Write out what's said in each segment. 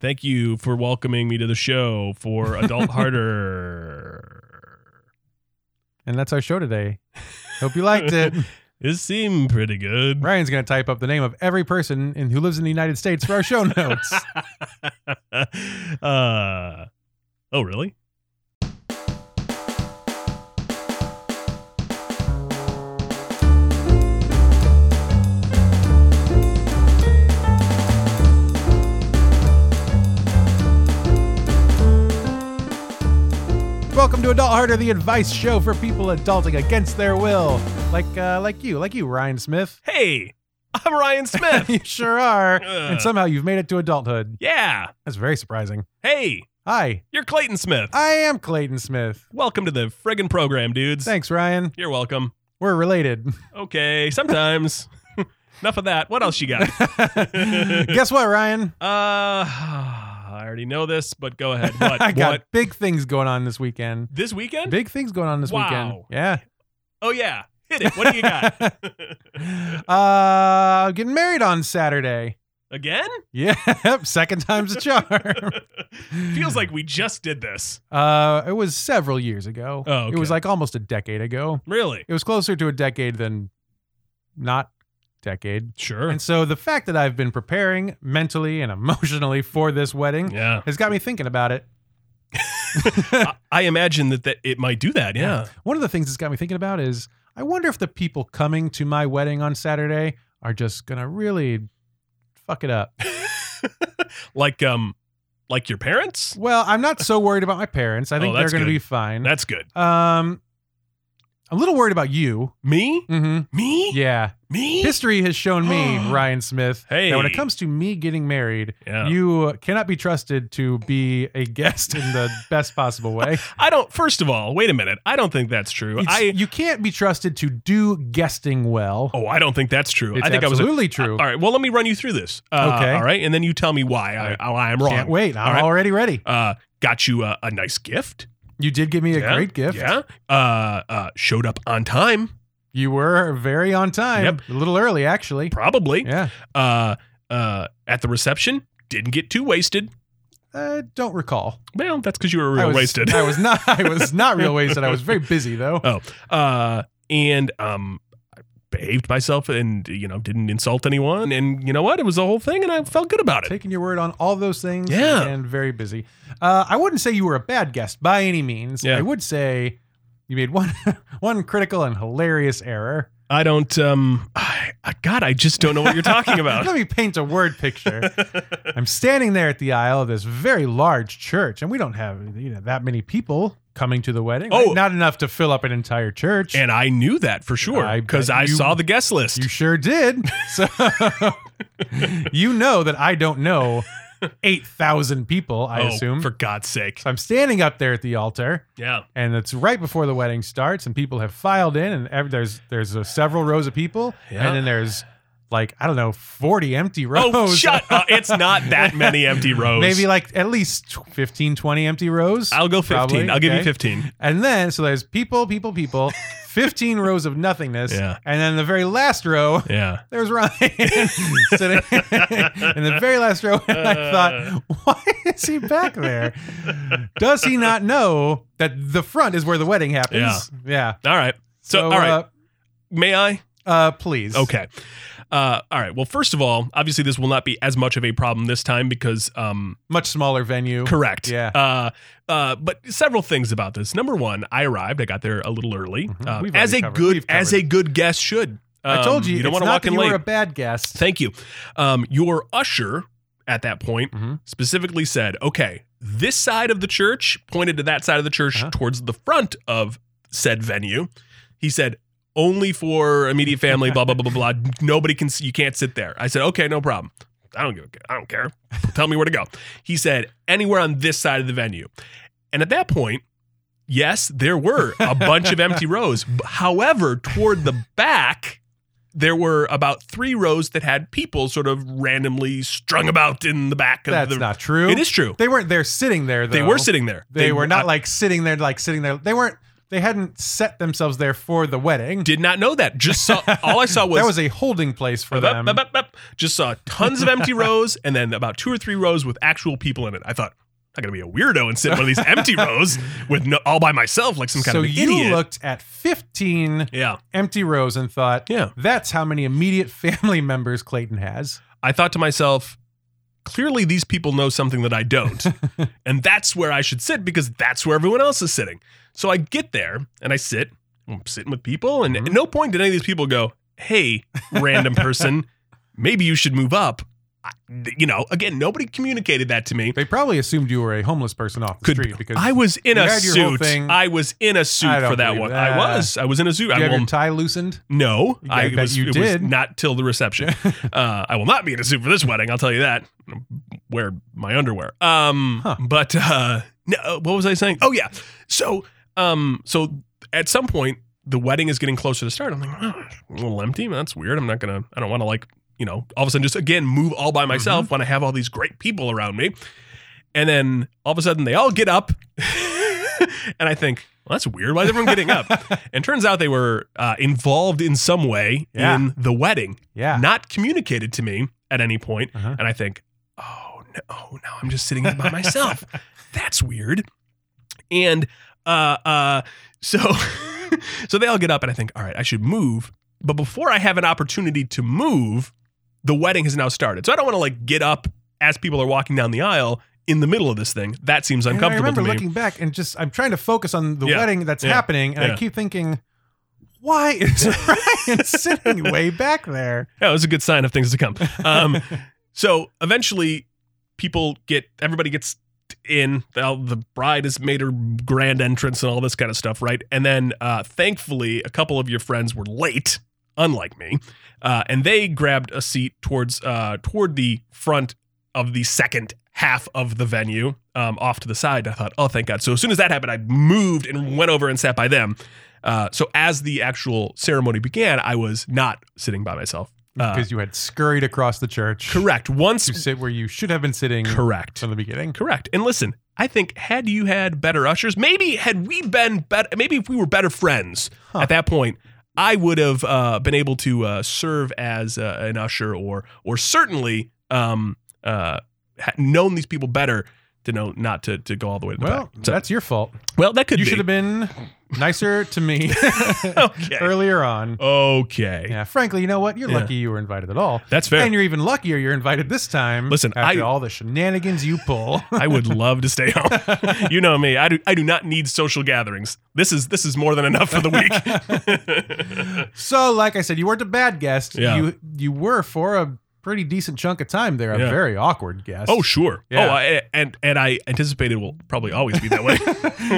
Thank you for welcoming me to the show for Adult Harder. And that's our show today. Hope you liked it. This seemed pretty good. Ryan's going to type up the name of every person in, who lives in the United States for our show notes. uh, oh, really? Welcome to Adult Harder, the advice show for people adulting against their will, like uh, like you, like you, Ryan Smith. Hey, I'm Ryan Smith. you sure are. Uh, and somehow you've made it to adulthood. yeah. That's very surprising. Hey, Hi, you're Clayton Smith. I am Clayton Smith. Welcome to the friggin' program, dudes. Thanks, Ryan. You're welcome. We're related. Okay, sometimes. Enough of that. What else you got? Guess what, Ryan? Uh, I already know this, but go ahead. What? I got what? big things going on this weekend. This weekend? Big things going on this weekend. Wow. Yeah. oh yeah, hit it. What do you got? Uh, getting married on Saturday. Again? Yep, second time's a charm. Feels like we just did this. Uh, it was several years ago. Oh, okay. It was like almost a decade ago. Really? It was closer to a decade than not decade. Sure. And so the fact that I've been preparing mentally and emotionally for this wedding Yeah. has got me thinking about it. I, I imagine that, that it might do that. Yeah. One of the things that's got me thinking about is I wonder if the people coming to my wedding on Saturday are just going to really fuck it up. like um, like your parents. Well, I'm not so worried about my parents. I Oh, think they're that's going to good. be fine. That's good. Um, I'm a little worried about you. Me? Mm-hmm. Me? Yeah. Me? History has shown me, Ryan Smith, that when Hey. it comes to me getting married, yeah. you cannot be trusted to be a guest in the best possible way. I don't. First of all, wait a minute. I don't think that's true. It's- I. you can't be trusted to do guesting well. Oh, I don't think that's true. it's I think I was a absolutely true. All right. Well, let me run you through this. Uh, Okay. All right, and then you tell me why I, I am wrong. Can't wait. I'm All right. already ready. Uh, got you a, a nice gift. You did give me a Yeah. great gift. Yeah. Uh, uh, showed up on time, You were very on time. Yep. A little early, actually. probably. Yeah. Uh, uh, at the reception, didn't get too wasted. Uh, don't recall. Well, that's because you were I real was, wasted. I was not. I was not real wasted. I was very busy though. uh, and um, I behaved myself, and you know, didn't insult anyone, and you know what? It was a whole thing, and I felt good about it. Taking your word on all those things. Yeah. And very busy. Uh, I wouldn't say you were a bad guest by any means. Yeah. I would say you made one one critical and hilarious error. I don't. Um, I, I, God, I just don't know what you're talking about. Let me paint a word picture. I'm standing there at the aisle of this very large church, and we don't have you know that many people coming to the wedding. Oh. right? not enough to fill up an entire church. And I knew that for sure I because bet I, you- saw the guest list. You sure did. So you know that I don't know 8,000 people, I Oh, assume. for God's sake. so I'm standing up there at the altar Yeah. and it's right before the wedding starts and people have filed in and ev- there's there's uh several rows of people Yeah. and then there's like I don't know 40 empty rows. Oh, shut up. It's not that many empty rows. Maybe like at least tw- 15 20 empty rows. I'll go 15. Probably, I'll give you okay. 15. And then, so there's people, people, people, 15 rows of nothingness. Yeah. And then the very last row, Yeah. there's Ryan sitting in the very last row. And I thought, why is he back there? Does he not know that the front is where the wedding happens? Yeah. All right. So, all right. uh, May I? uh, please. Okay. Uh, all right. Well, first of all, obviously, this will not be as much of a problem this time because, um, Much smaller venue. correct. Yeah. Uh, uh, but several things about this. Number one, I arrived. I got there a little early, Mhm. uh, We've as a already covered- good we've as covered. a good guest should. I told Um, you, you don't it's want to not walk that in you late. were a bad guest. Thank you. Um, your usher at that point Mhm. specifically said, okay, this side of the church pointed to that side of the church Uh-huh. towards the front of said venue. He said, only for immediate family, blah, blah, blah, blah, blah. Nobody can, you can't sit there. I said, okay, no problem. I don't give a, I don't care. Tell me where to go. He said, anywhere on this side of the venue. And at that point, yes, there were a bunch of empty rows. However, toward the back, there were about three rows that had people sort of randomly strung about in the back of That's the. not true. It is true. They weren't there sitting there, though. They were sitting there. They, were not like sitting there, like sitting there. They weren't They hadn't set themselves there for the wedding. Did not know that. Just saw all I saw was, that was a holding place for bup, them. bup, bup, bup. just saw tons of empty rows and then about two or three rows with actual people in it. I thought I'm not gonna be a weirdo and sit in one of these empty rows with no, all by myself like some kind so of an you idiot. looked at 15 yeah, empty rows and thought, yeah. that's how many immediate family members Clayton has. I thought to myself, clearly these people know something that I don't. and that's where I should sit because that's where everyone else is sitting. So I get there and I sit. I'm sitting with people. And Mm-hmm. at no point did any of these people go, hey, random person, maybe you should move up. I, you know, again, nobody communicated that to me. They probably assumed you were a homeless person off the Could- street because I was in You a had your whole suit. thing. I was in a I suit don't for that believe one. it. I Ah. was. I was in a suit. do I you have will your tie loosened. no, I I bet was, you it did. was not till the reception. uh, I will not be in a suit for this wedding. I'll tell you that. Wear my underwear. Um, Huh. but uh, no, what was I saying? Oh yeah. So, um, so at some point the wedding is getting closer to start. I'm like, oh, a little empty. That's weird. I'm not gonna. I don't want to like you know all of a sudden just again move all by myself Mm-hmm. when I have all these great people around me. And then all of a sudden they all get up, and I think. Well, that's weird. Why is everyone getting up? and turns out they were uh, involved in some way Yeah. in the wedding Yeah. not communicated to me at any point. Uh-huh. And I think, oh no, oh, now I'm just sitting here by myself. That's weird. And uh, uh, so, so they all get up, and I think, all right, I should move. But before I have an opportunity to move, the wedding has now started. So I don't want to like get up as people are walking down the aisle in the middle of this thing. That seems And I uncomfortable remember to me. looking back and just I'm trying to focus on the Yeah. wedding that's Yeah. happening, and Yeah. I keep thinking, why is Ryan sitting way back there? Yeah, it was a good sign of things to come. Um, so eventually, people get everybody gets in. Now, The bride has made her grand entrance and all this kind of stuff, right? And then, uh, thankfully, a couple of your friends were late, unlike me, uh, and they grabbed a seat towards uh, toward the front of the second half of the venue, um, off to the side. I thought, oh, thank God. So as soon as that happened, I moved and went over and sat by them. Uh, so as the actual ceremony began, I was not sitting by myself. Uh, Because you had scurried across the church Correct. to Once. sit where you should have been sitting Correct. from the beginning. Correct. And listen, I think had you had better ushers, maybe had we been better, maybe if we were better friends Huh. at that point, I would have uh, been able to uh, serve as uh, an usher or or certainly um, uh, ha- known these people better to know not to, to go all the way to the Well, back. So- that's your fault. well, that could You be. should have been nicer to me okay. earlier on. Okay. Yeah, frankly, you know what? You're Yeah. lucky you were invited at all. That's fair. And you're even luckier you're invited this time. Listen, after I- all the shenanigans you pull. I would love to stay home. you know me. I do. I do not need social gatherings. This is this is more than enough for the week. so, like I said, you weren't a bad guest. Yeah. You you were for a pretty decent chunk of time there, Yeah. a very awkward guest. oh sure. Yeah. Oh, I, and and I anticipated will probably always be that way.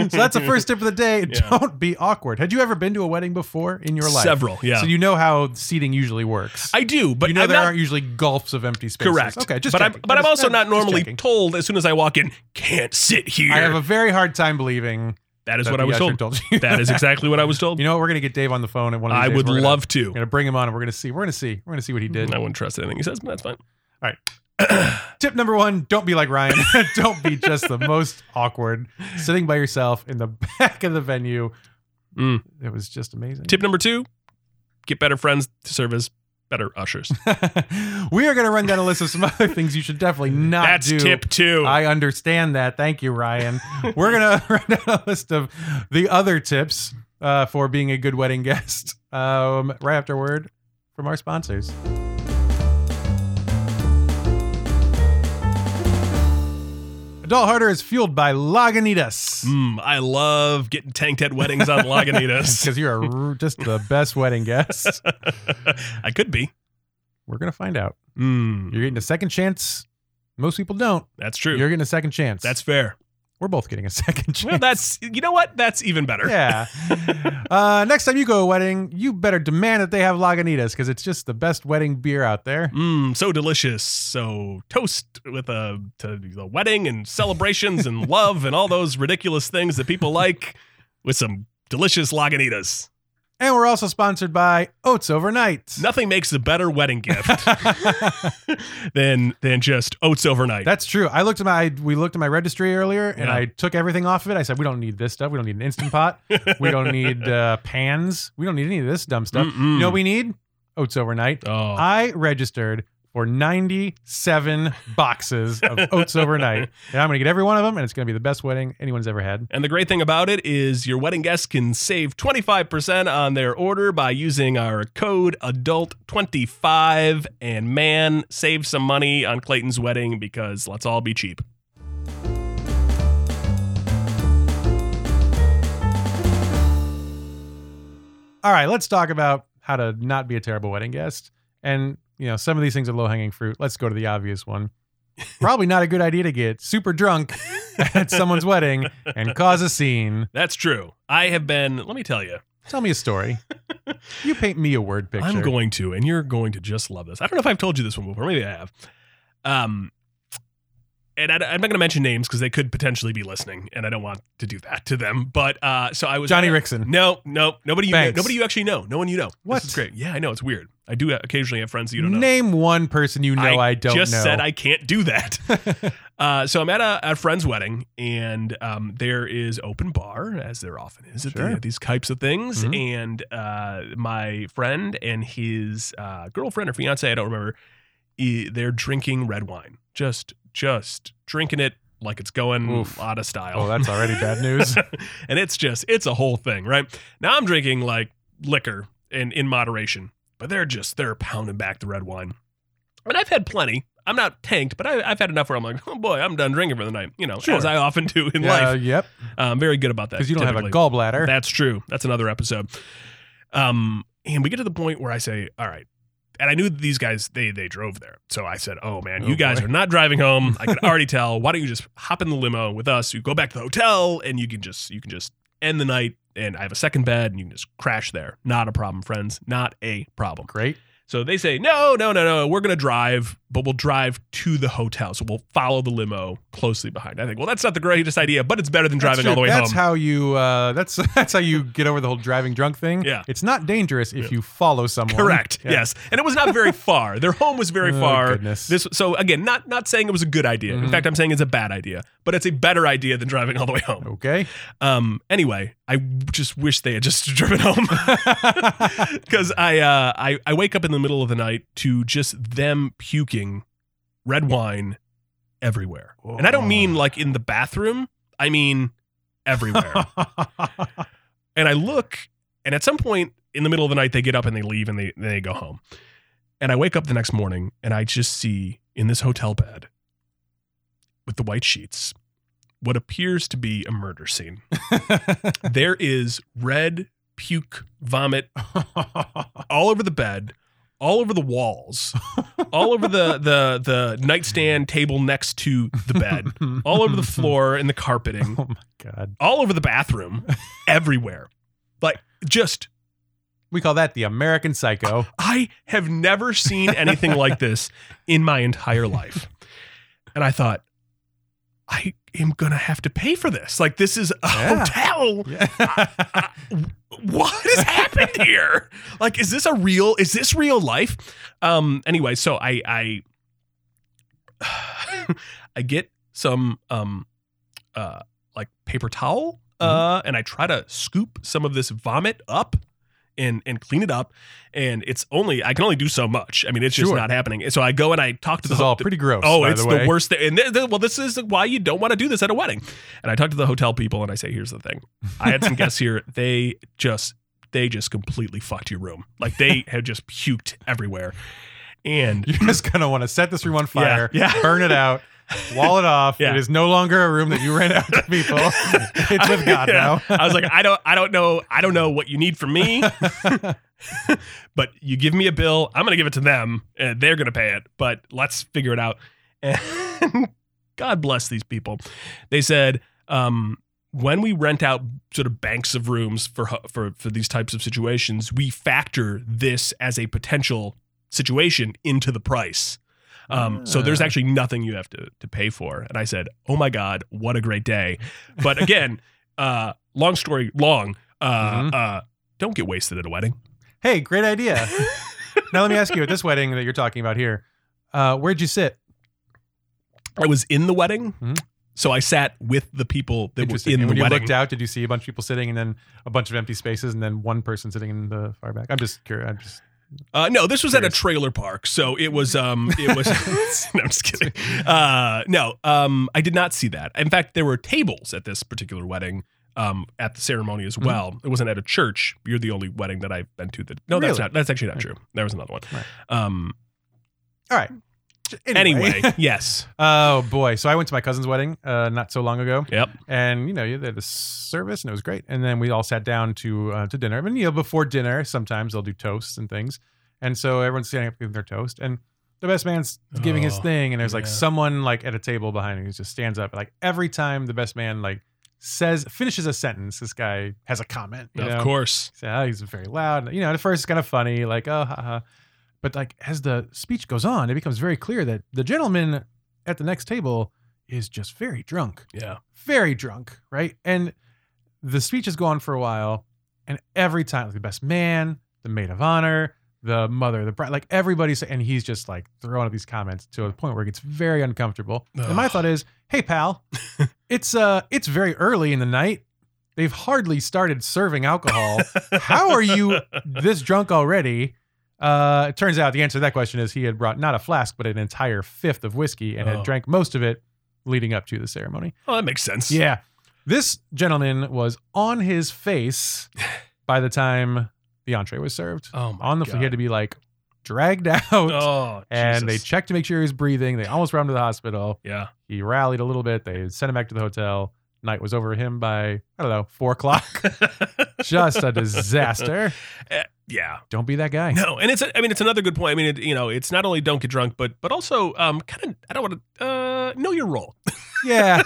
so that's the first tip of the day. Yeah. Don't be awkward. Had you ever been to a wedding before in your life? Several. Yeah. So you know how seating usually works. I do, but you know I'm there not aren't usually gulfs of empty spaces. correct. Okay, just but I'm checking. but I'm just- also not just normally checking. told as soon as I walk in. Can't sit here. I have a very hard time believing that is that what the I was usher told. you That is exactly what I was told. You know what? We're gonna get Dave on the phone at one of these I days. would We're gonna- love to. We're gonna bring him on, and we're gonna see. We're gonna see. We're gonna see what he did. I wouldn't trust anything he says, but that's fine. Tip number one: Don't be like Ryan. don't be just the most awkward, sitting by yourself in the back of the venue. Mm. It was just amazing. Tip number two: get better friends to serve as better ushers. we are gonna run down a list of some other things you should definitely not that's do. tip two. I understand that. Thank you, Ryan. We're gonna run down a list of the other tips uh, for being a good wedding guest um, right after a word from our sponsors. Adult Harder is fueled by Lagunitas. Mm, I love getting tanked at weddings on Lagunitas. Because you're a r just the best wedding guest. I could be. We're going to find out. Mm, You're getting a second chance. Most people don't. that's true. You're getting a second chance. that's fair. We're both getting a second chance. Well, that's you know what? That's even better. yeah. Uh, next time you go to a wedding, you better demand that they have Lagunitas because it's just the best wedding beer out there. Mm, so delicious. So toast with a to the wedding and celebrations and love and all those ridiculous things that people like with some delicious Lagunitas. And we're also sponsored by Oats Overnight. Nothing makes a better wedding gift than than just oats overnight. That's true. I looked at my we looked at my registry earlier, and Yeah. I took everything off of it. I said we don't need this stuff. We don't need an instant pot. we don't need uh, pans. We don't need any of this dumb stuff. Mm-mm. You know what we need oats overnight. oh. I registered for 97 boxes of oats overnight, and I'm gonna get every one of them, and it's gonna be the best wedding anyone's ever had. and the great thing about it is your wedding guests can save 25% on their order by using our code adult25 and man save some money on Clayton's wedding because let's all be cheap. All right, let's talk about how to not be a terrible wedding guest. And, you know, some of these things are low hanging fruit. Let's go to the obvious one. Probably not a good idea to get super drunk at someone's wedding and cause a scene. That's true. I have been, let me tell you. Tell me a story. You paint me a word picture. I'm going to, and you're going to just love this. I don't know if I've told you this one before. Maybe I have. Um, and I, am not going to mention names because they could potentially be listening, and I don't want to do that to them. But uh, so I was Johnny Rickson. No, no, nobody you Banks. nobody you actually know. No one you know. What? This is great. Yeah, I know it's weird. I do uh, occasionally have friends that you don't know. Name one person you know I, don't just know. said I can't do that. uh, so I'm at a, a friend's wedding, and um, there is open bar, as there often is at, the- Sure. at these types of things. Mhm. And uh, my friend and his uh, girlfriend or fiance, I don't remember, e- they're drinking red wine, just just drinking it like it's going Oof. out of style. oh, that's already bad news. and it's just it's a whole thing, right? Now I'm drinking like liquor and in moderation, but they're just they're pounding back the red wine. And I've had plenty. I'm not tanked, but I, I've had enough where I'm like, oh boy, I'm done drinking for the night. You know, Sure. as I often do in Yeah, life. Uh, Yep. I'm very good about that Because you don't have a typically. gallbladder. That's true. That's another episode. Um, and we get to the point where I say, "All right," and I knew that these guys they they drove there, so I said, "Oh man, Oh, you guys boy. are not driving home. I could already tell. Why don't you just hop in the limo with us? You go back to the hotel, and you can just you can just end the night. And I have a second bed, and you can just crash there. Not a problem, friends. Not a problem." Great. So they say, no, no, no, no, we're going to drive, but we'll drive to the hotel. So we'll follow the limo closely behind. I think, well, that's not the greatest idea, but it's better than That's driving true. all the way that's home. how you uh that's that's how you get over the whole driving drunk thing Yeah. it's not dangerous if Yeah. you follow someone Correct. Yeah. Yes, and it was not very far. Their home was very Oh, far. goodness. This. So again, not not saying it was a good idea. In Mhm. fact, I'm saying it's a bad idea. But it's a better idea than driving all the way home. okay Um. Anyway, I just wish they had just driven home because I uh I I wake up in the middle of the night to just them puking red wine everywhere, and I don't mean Oh. like in the bathroom. I mean everywhere. And I look, and at some point in the middle of the night, they get up and they leave and they they go home. And I wake up the next morning and I just see in this hotel bed with the white sheets what appears to be a murder scene. there is red puke vomit all over the bed, all over the walls, all over the the the nightstand table next to the bed, all over the floor and the carpeting oh my god all over the bathroom, everywhere. Like, just, we call that the american psycho I have never seen anything like this in my entire life. And I thought, I am going to have to pay for this. Like, this is a Yeah. hotel. What has happened here? Like, is this a real, is this real life? Um, anyway, so I, I, I get some, um, uh, like paper towel, Mm-hmm. uh, and I try to scoop some of this vomit up and and clean it up. And it's only I can only do so much. I mean, it's just Sure. not happening. So I go and I talk to this is the all pretty gross Oh, by it's the, the, way. worst thing. And th- th- well, this is why you don't want to do this at a wedding. And I talk to the hotel people and I say, here's the thing. I had some guests here. They just they just completely fucked your room. Like they had just puked everywhere. And you're just gonna want to set this room on Yeah, fire yeah. burn it out wall it off Yeah. it is no longer a room that you rent out to people it's with god Yeah. now I was like, I don't, I don't know, I don't know what you need from me, but you give me a bill, I'm gonna give it to them, and they're gonna pay it. But let's figure it out. And God bless these people. They said, um, when we rent out sort of banks of rooms for ho- for for these types of situations, we factor this as a potential situation into the price. Um, so there's Ah. actually nothing you have to to pay for. And I said, "Oh my God, what a great day!" But again, uh, long story long. Uh, Mhm. uh, Don't get wasted at a wedding. Hey, great idea. now let me ask you at this wedding that you're talking about here, uh, where'd you sit? I was in the wedding, Mhm. so I sat with the people that was Interesting. in And the when you wedding. looked out, did you see a bunch of people sitting and then a bunch of empty spaces and then one person sitting in the far back? I'm just curious. I'm just Uh, no, this was at a Curious. trailer park, so it was. Um, it was. no, I'm just kidding. Uh, no, um, I did not see that. In fact, there were tables at this particular wedding. Um, at the ceremony as Mhm. well. It wasn't at a church. You're the only wedding that I've been to that. No, that's Really? not. That's actually not Right. true. There was another one. Right. Um. all right. Anyway, yes. Oh boy. So I went to my cousin's wedding uh, not so long ago. Yep. And you know, you had the service and it was great. And then we all sat down to uh, to dinner. And you know, before dinner, sometimes they'll do toasts and things. And so everyone's standing up giving their toast. And the best man's giving his Oh, thing. And there's like yeah. someone like at a table behind him who just stands up. Like every time the best man like says finishes a sentence, this guy has a comment. you Of know? course. So, oh, he's very loud. You know, at first it's kind of funny, like, oh, haha. But like as the speech goes on, it becomes very clear that the gentleman at the next table is just very drunk, Yeah. very drunk, right? And the speech has gone for a while, and every time, like the best man, the maid of honor, the mother, the bride, like everybody's, and he's just like throwing up these comments to a point where it gets very uncomfortable. And my Ugh. thought is, hey pal, it's uh, it's very early in the night. They've hardly started serving alcohol how are you this drunk already? Uh, it turns out the answer to that question is he had brought not a flask, but an entire fifth of whiskey and Oh. had drank most of it leading up to the ceremony. Oh, that makes sense. Yeah. This gentleman was on his face by the time the entree was served. Oh my on the God. floor, he had to be like dragged out. Oh. and they Jesus. checked to make sure he was breathing. They almost brought him to the hospital. yeah. He rallied a little bit. They sent him back to the hotel. Night was over him by, I don't know, four o'clock. Just a disaster. Eh, yeah. Don't be that guy. No, and it's I mean it's another good point. I mean it, you know it's not only don't get drunk, but but also um kind of I don't want to uh know your role Yeah,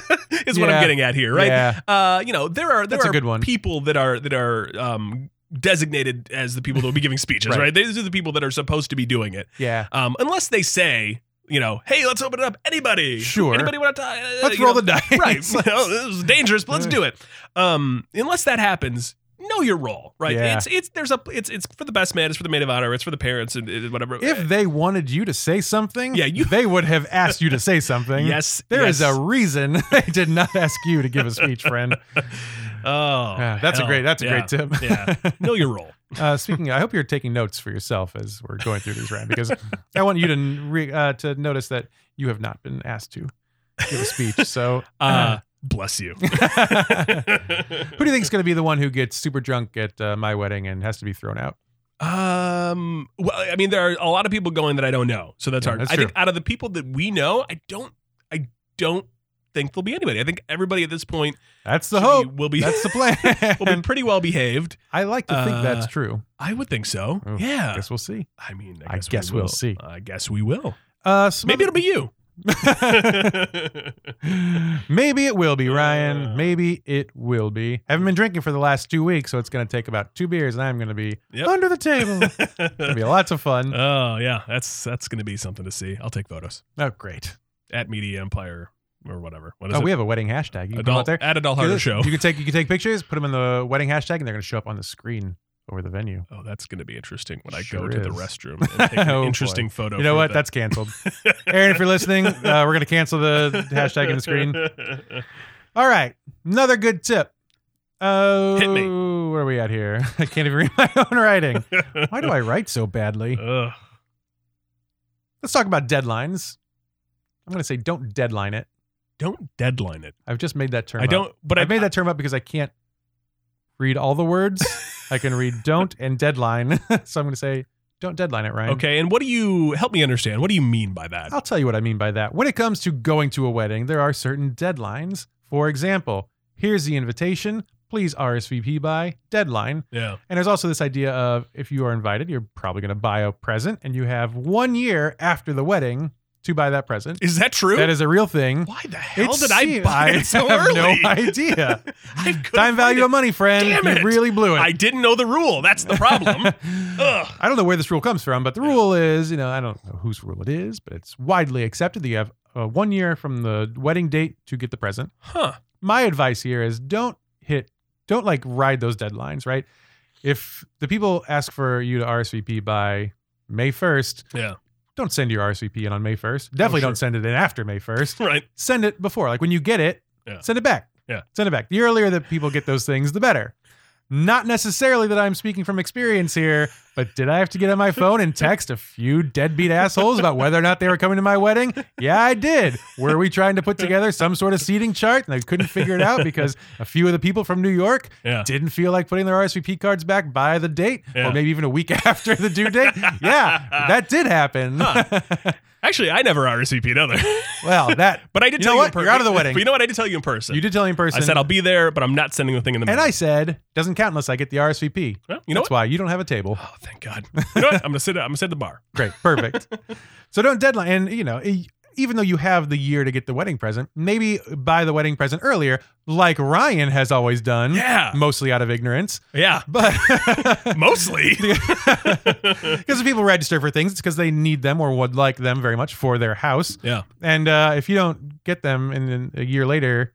is what I'm Yeah. getting at here, right? Yeah, Uh, you know there are there That's a are good one. people that are that are um designated as the people that will be giving speeches, right. Right. These are the people that are supposed to be doing it, yeah. um, unless they say. You know, hey, let's open it up. Anybody? Sure. Anybody want to? Uh, Let's you roll know, the dice. right. you know, this is dangerous, but let's Right. do it. Um, unless that happens, know your role, right? Yeah. It's it's there's a it's it's for the best man, it's for the maid of honor, it's for the parents, and, and whatever. Uh, if they wanted you to say something, Yeah, you- they would have asked you to say something. yes, There is yes. a reason they did not ask you to give a speech, friend. oh, Yeah, that's a hell. great. That's a Yeah. great tip. yeah, know your role. Uh, speaking, of, I hope you're taking notes for yourself as we're going through these rant because I want you to n- re, uh, to notice that you have not been asked to give a speech. So, Uh-huh. Uh, bless you. who do you think is going to be the one who gets super drunk at uh, my wedding and has to be thrown out? Um. Well, I mean, there are a lot of people going that I don't know, so that's Yeah, hard. that's I think out of the people that we know, I don't, I don't think there'll be anybody. I think everybody at this point That's the should be- hope. will be That's the plan. will be pretty well behaved. I like to think that's Uh, true. I would think so. Oh, yeah. Guess we'll see. I mean, I I guess, guess we will. we'll see. I guess we will. Uh, some Maybe other- it'll be you. maybe it will be Uh. Ryan. Maybe it will be. I haven't been drinking for the last two weeks, so it's going to take about two beers, and I'm going to be Yep. under the table. It'll be lots of fun. oh yeah, that's that's gonna be something to see. I'll take photos Oh, great! at Media Empire or whatever. What is Oh, it? we have a wedding hashtag. You can put 'em out adult there. at Adult Do Harder this. Show. You can take you can take pictures, put them in the wedding hashtag, and they're going to show up on the screen over the venue. Oh, that's going to be interesting when I go Sure to the is. restroom and take an Oh, boy. interesting photo. You know for what? the- That's canceled. Aaron, if you're listening, uh, we're going to cancel the hashtag in the screen. All right, another good tip. Oh, Hit me. Where are we at here? I can't even read my own writing. Why do I write so badly? Ugh. Let's talk about deadlines. I'm going to say don't deadline it. don't deadline it. I've just made that term. I don't, Up. but I I made that term up because I can't read all the words. I can read don't and deadline. so I'm going to say don't deadline it, Ryan. Okay, and what do you help me understand? What do you mean by that? I'll tell you what I mean by that. When it comes to going to a wedding, there are certain deadlines. For example, here's the invitation. Please RSVP by deadline. Yeah. And there's also this idea of if you are invited, you're probably going to buy a present, and you have one year after the wedding to buy that present. Is that true? That is a real thing. Why the hell It did I seem- buy it so I have early? no idea. I couldn't Time find value it. of money, friend. Damn You it. really blew it. I didn't know the rule. That's the problem. Ugh. I don't know where this rule comes from, but the rule is, you know, I don't know whose rule it is, but it's widely accepted that you have uh, one year from the wedding date to get the present. Huh. My advice here is don't hit, don't like ride those deadlines, right? if the people ask for you to RSVP by May 1st, Yeah. Oh, don't send your RSVP in on May 1st. Definitely sure. don't send it in after May 1st. Right. Send it before. Like when you get it, Yeah. send it back. Yeah. Send it back. The earlier that people get those things, the better. Not necessarily that I'm speaking from experience here, but did I have to get on my phone and text a few deadbeat assholes about whether or not they were coming to my wedding? Yeah, I did. Were we trying to put together some sort of seating chart and I couldn't figure it out because a few of the people from New York Yeah. didn't feel like putting their RSVP cards back by the date, Yeah. or maybe even a week after the due date. yeah, that did happen. Huh. Actually, I never RSVP'd either. well, that But I did You tell know you what? in person. You're out of the wedding. But you know what? I did tell you in person. you did tell me in person. I said I'll be there, but I'm not sending the thing in the mail. and I said doesn't count unless I get the RSVP. Well, you know That's what? why you don't have a table. Oh, thank God. You know what? I'm gonna sit. I'm gonna sit at the bar. Great, perfect. so don't deadline, and you know. e- even though you have the year to get the wedding present, maybe buy the wedding present earlier, like Ryan has always done, Yeah. mostly out of ignorance. Yeah. But Mostly. Because if people register for things, it's because they need them or would like them very much for their house. Yeah. And uh, if you don't get them, and then a year later,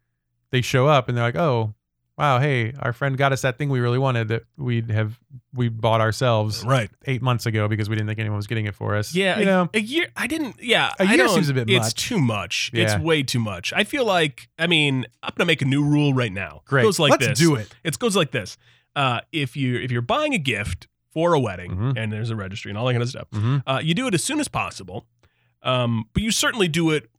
they show up and they're like, "Oh, wow, hey, our friend got us that thing we really wanted that we'd have we bought ourselves right. eight months ago because we didn't think anyone was getting it for us." Yeah. You a, know, a year. I didn't. Yeah. A I year don't- seems a bit It's much. too much. Yeah. It's way too much. I feel like. I mean, I'm gonna make a new rule right now. great. It goes like Let's this. do it. It goes like this. Uh, if you if you're buying a gift for a wedding Mhm. and there's a registry and all that kind of stuff, Mm-hmm. uh, you do it as soon as possible, um, but you certainly do it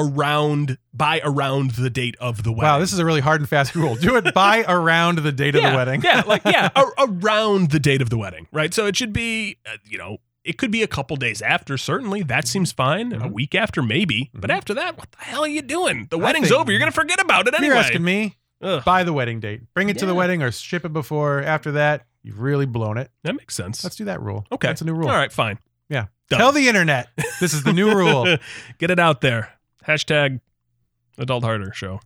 around by around the date of the wedding. Wow, this is a really hard and fast rule. Do it by around the date yeah, of the wedding. yeah, like yeah, a- around the date of the wedding, right? So it should be, uh, you know, it could be a couple days after. Certainly, that seems fine. A Mhm. week after, maybe, but Mhm. after that, what the hell are you doing? The I wedding's think- over. You're gonna forget about it If You're anyway. asking me. Ugh, Buy the wedding date. Bring it to the Yeah. wedding or ship it before. After that, you've really blown it. that makes sense. Let's do that rule. Okay. That's a new rule. All right, fine. Yeah. Done. Tell the internet this is the new rule. Get it out there. Hashtag adult harder show.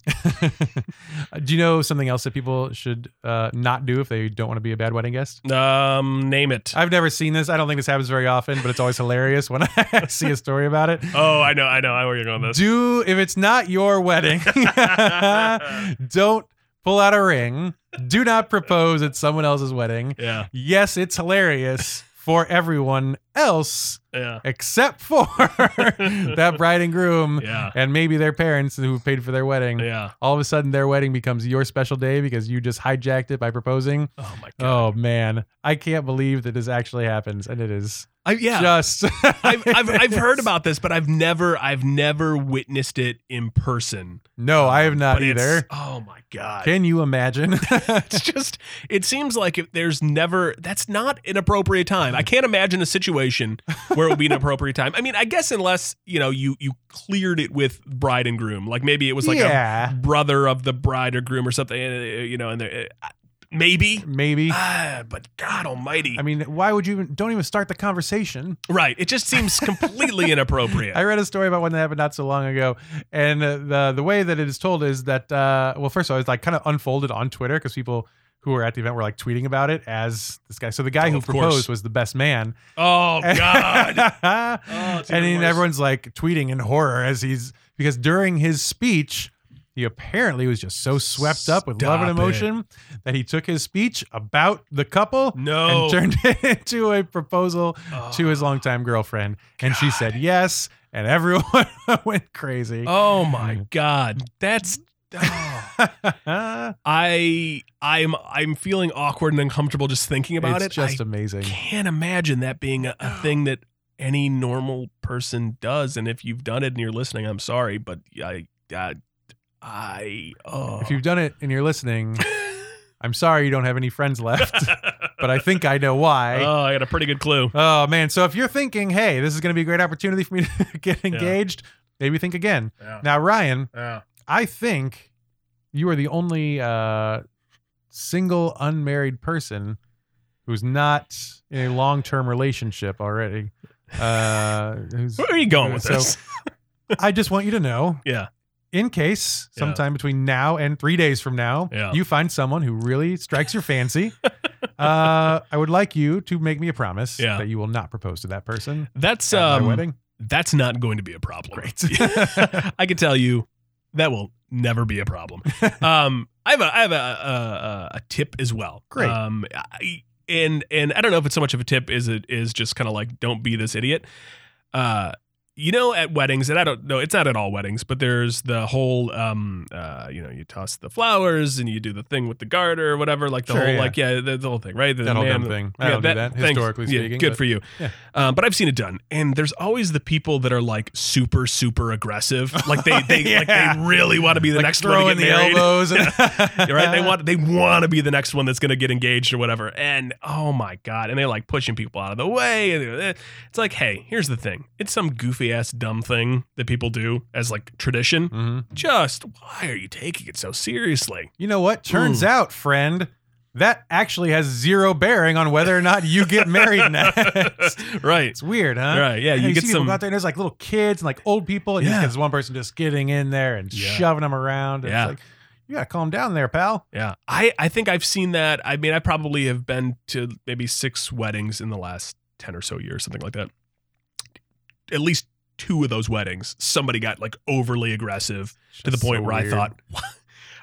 do you know something else that people should uh, not do if they don't want to be a bad wedding guest? Um, name it. I've never seen this. I don't think this happens very often, but it's always hilarious when I see a story about it. oh, I know, I know, I know where you're going with this. Do if it's not your wedding, don't pull out a ring. Do not propose at someone else's wedding. Yeah, Yes, it's hilarious for everyone else yeah, except for that bride and groom yeah, and maybe their parents who paid for their wedding. yeah. All of a sudden, their wedding becomes your special day because you just hijacked it by proposing. Oh my god. Oh man, I can't believe that this actually happens, and it is I, yeah, just. I've, I've I've heard about this, but I've never I've never witnessed it in person. No, I have not But it's- either. Oh my god. Can you imagine? it's just it seems like if there's never that's not an appropriate time i can't imagine a situation where it would be an appropriate time i mean i guess unless you know you you cleared it with bride and groom like maybe it was like a yeah, brother of the bride or groom or something uh, you know and there uh, maybe maybe. Ah, but god almighty I mean, why would you even? Don't even start the conversation. right it just seems completely inappropriate I read a story about one that happened not so long ago, and uh, the the way that it is told is that uh, well, first of all, it's like kind of unfolded on Twitter because people who were at the event were like tweeting about it as this guy. So the guy Oh, who of course. proposed was the best man. oh god Oh, and it's even then worse. everyone's like tweeting in horror as he's because during his speech. He apparently was just so swept up with love and Stop it. emotion that he took his speech about the couple no and turned it into a proposal Oh. to his longtime girlfriend, and she said yes, and everyone went crazy. oh my god that's oh. I I'm I'm feeling awkward and uncomfortable just thinking about it's it. just I amazing. can't imagine that being a, a thing that any normal person does. And if you've done it and you're listening, I'm sorry, but I I, I oh. If you've done it and you're listening, I'm sorry you don't have any friends left, but I think I know why. oh, I got a pretty good clue. oh man! So if you're thinking, hey, this is going to be a great opportunity for me to get engaged, maybe think again. Yeah, Now, Ryan, yeah. I think you are the only uh, single unmarried person who's not in a long-term relationship already. Uh, who's, Where are you going with So- this? I just want you to know, Yeah. in case Yeah. sometime between now and three days from now, Yeah. you find someone who really strikes your fancy, uh, I would like you to make me a promise Yeah. that you will not propose to that person That's at my um wedding. that's not going to be a problem. Great. I can tell you that will never be a problem. Um, I have a I have a a, a, a tip as well. Great. Um, I, and and I don't know if it's so much of a tip is it is just kind of like don't be this idiot. Uh, you know, at weddings, and I don't know, it's not at all weddings, but there's the whole, um, uh, you know, you toss the flowers and you do the thing with the garter or whatever, like the Sure, whole, yeah. like yeah, the, the whole thing, right? The That old man- dumb thing. I don't do that, thanks. historically Yeah, speaking, good but- for you. Yeah. Um, but I've seen it done, and there's always the people that are like super, super aggressive, like they, they, like Yeah. they really want to be the like next throwing one to the get married. elbows, and right? They want they want to be the next one that's going to get engaged or whatever. And oh my god! And they're like pushing people out of the way. And they're- eh. It's like, hey, here's the thing: it's some goofy ass dumb thing that people do as like tradition. Mhm. Just why are you taking it so seriously? You know what? Turns out, friend, that actually has zero bearing on whether or not you get married next. right. It's weird, huh? Right. Yeah. Yeah, You, get see some. people out there, and there's like little kids and like old people, and Yeah. there's one person just getting in there and Yeah. shoving them around. It's Yeah. like, you gotta calm down there, pal. Yeah. I I think I've seen that. I mean, I probably have been to maybe six weddings in the last ten or so years, something like that. At least two of those weddings, somebody got like overly aggressive. to the Just point so where weird. I thought, "What?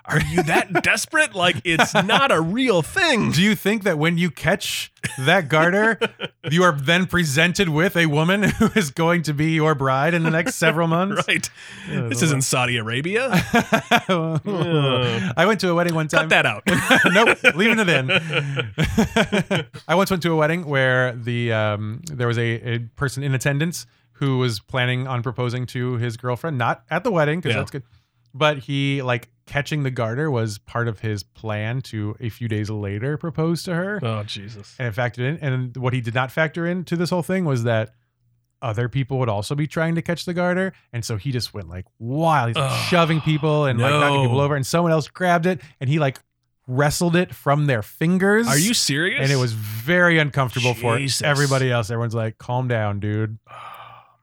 "Are you that desperate? Like it's not a real thing." do you think that when you catch that garter, you are then presented with a woman who is going to be your bride in the next several months? Right. Yeah, This the- isn't Saudi Arabia. Yeah. I went to a wedding one time. Cut that out. nope, leaving it in. I once went to a wedding where the um, there was a, a person in attendance who was planning on proposing to his girlfriend, not at the wedding because Yeah. that's good, but he like catching the garter was part of his plan to a few days later propose to her, Oh Jesus. and it factored in. And what he did not factor into this whole thing was that. Other people would also be trying to catch the garter, and so he just went like wild, he's like, Ugh. shoving people and like knocking people No. over. And someone else grabbed it, and he like wrestled it from their fingers. Are you serious? And it was very uncomfortable Jesus. for everybody else. Everyone's like, calm down, dude. Oh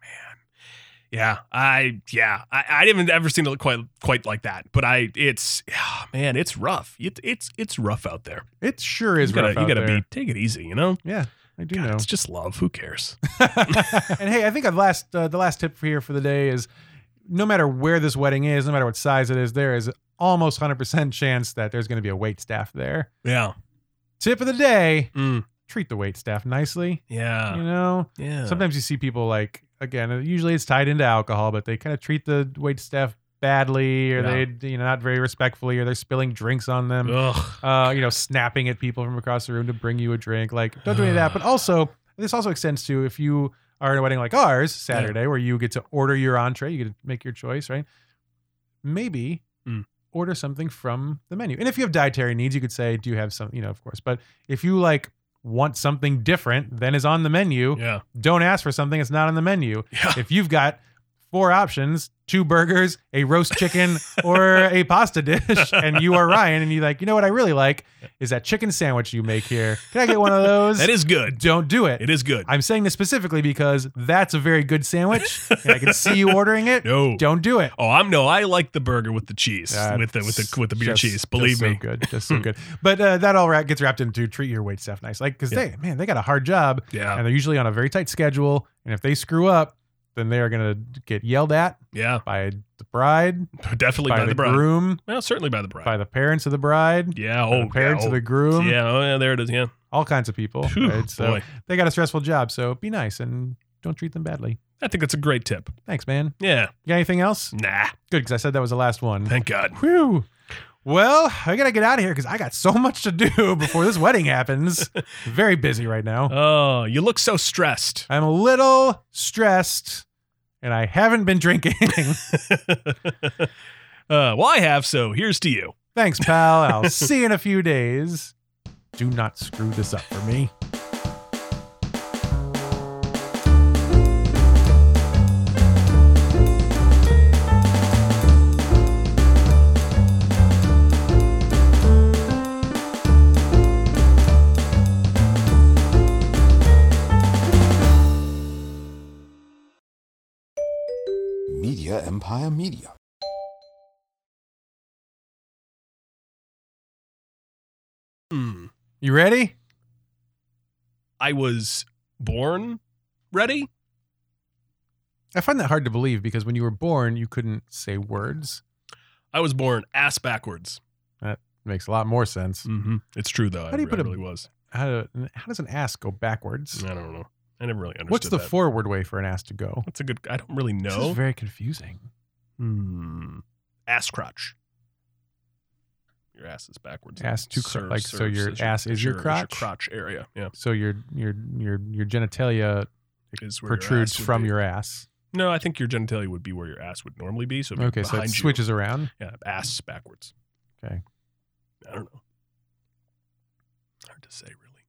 man. Yeah. I yeah. I, I haven't ever seen it quite quite like that. But I it's ah, man, it's rough. It, it's it's rough out there. It sure is you gotta, rough you out gotta there. be take it easy, you know? I do God, know. It's just love. Who cares? and hey, I think our last uh, the last tip here for the day is no matter where this wedding is, no matter what size it is, there is almost 100% chance that there's going to be a wait staff there. Yeah. Tip of the day, Mm. treat the wait staff nicely, Yeah. you know? Yeah. Sometimes you see people like again, usually it's tied into alcohol, but they kind of treat the wait staff badly or Yeah. they you know not very respectfully or they're spilling drinks on them. Ugh. uh, you know, snapping at people from across the room to bring you a drink. Like, don't do any of that. But also, this also extends to if you are at a wedding like ours, Saturday, where you get to order your entree, you get to make your choice, right? Maybe Mm. order something from the menu. And if you have dietary needs, you could say, do you have some, you know, of course. But if you like want something different than is on the menu, Yeah. don't ask for something that's not on the menu. Yeah. If you've got four options, two burgers, a roast chicken, or a pasta dish, and you are Ryan, and you're like, you know what I really like is that chicken sandwich you make here. Can I get one of those? That is good. Don't do it. It is good. I'm saying this specifically because that's a very good sandwich, and I can see you ordering it. No. Don't do it. Oh, I'm no. I like the burger with the cheese, That's with the with the with the beer just- cheese. just Believe so me. Hmm. good, just so good. But uh, that all wrap, gets wrapped into treat your wait staff nice, like because Yeah. they man they got a hard job Yeah, and they're usually on a very tight schedule, and if they screw up, then they are gonna get yelled at yeah, by the bride, definitely by, by, the, the, bride. groom, Well, certainly by the bride. by the parents of the bride, yeah. by Oh, the parents yeah, of the oh, groom, Oh, uh, yeah. Oh, yeah. There it is. Yeah. all kinds of people. Phew, right? So boy, they got a stressful job, so be nice and don't treat them badly. I think that's a great tip. Thanks, man. Yeah. You got anything else? Nah. Good, because I said that was the last one. Thank God. Whew. Well, I gotta get out of here because I got so much to do before this wedding happens. Very busy right now. Oh, you look so stressed. I'm a little stressed, and I haven't been drinking. uh, well, I have. So here's to you. Thanks, pal. and I'll see you in a few days. Do not screw this up for me. Media Empire Media. Hmm. You ready? I was born ready. I find that hard to believe because when you were born, you couldn't say words. I was born ass backwards. Makes a lot more sense. Mm-hmm. It's true though. How do you I, put I a- really was. how, do- how does an ass go backwards? I don't know. I never really understood. What's the that. forward way for an ass to go? That's a good. I don't really This know. is very confusing. Hmm. Ass crotch. Your ass is backwards. Ass to cr- Serves- like, so your serves as ass is your crotch? crotch area. Yeah, So your your your your genitalia is where your protrudes ass would from be. your ass. No, I think your genitalia would be where your ass would normally be. So it'd be Okay, so it behind you. switches around. Yeah, ass backwards. Okay. I don't know. Hard to say, really.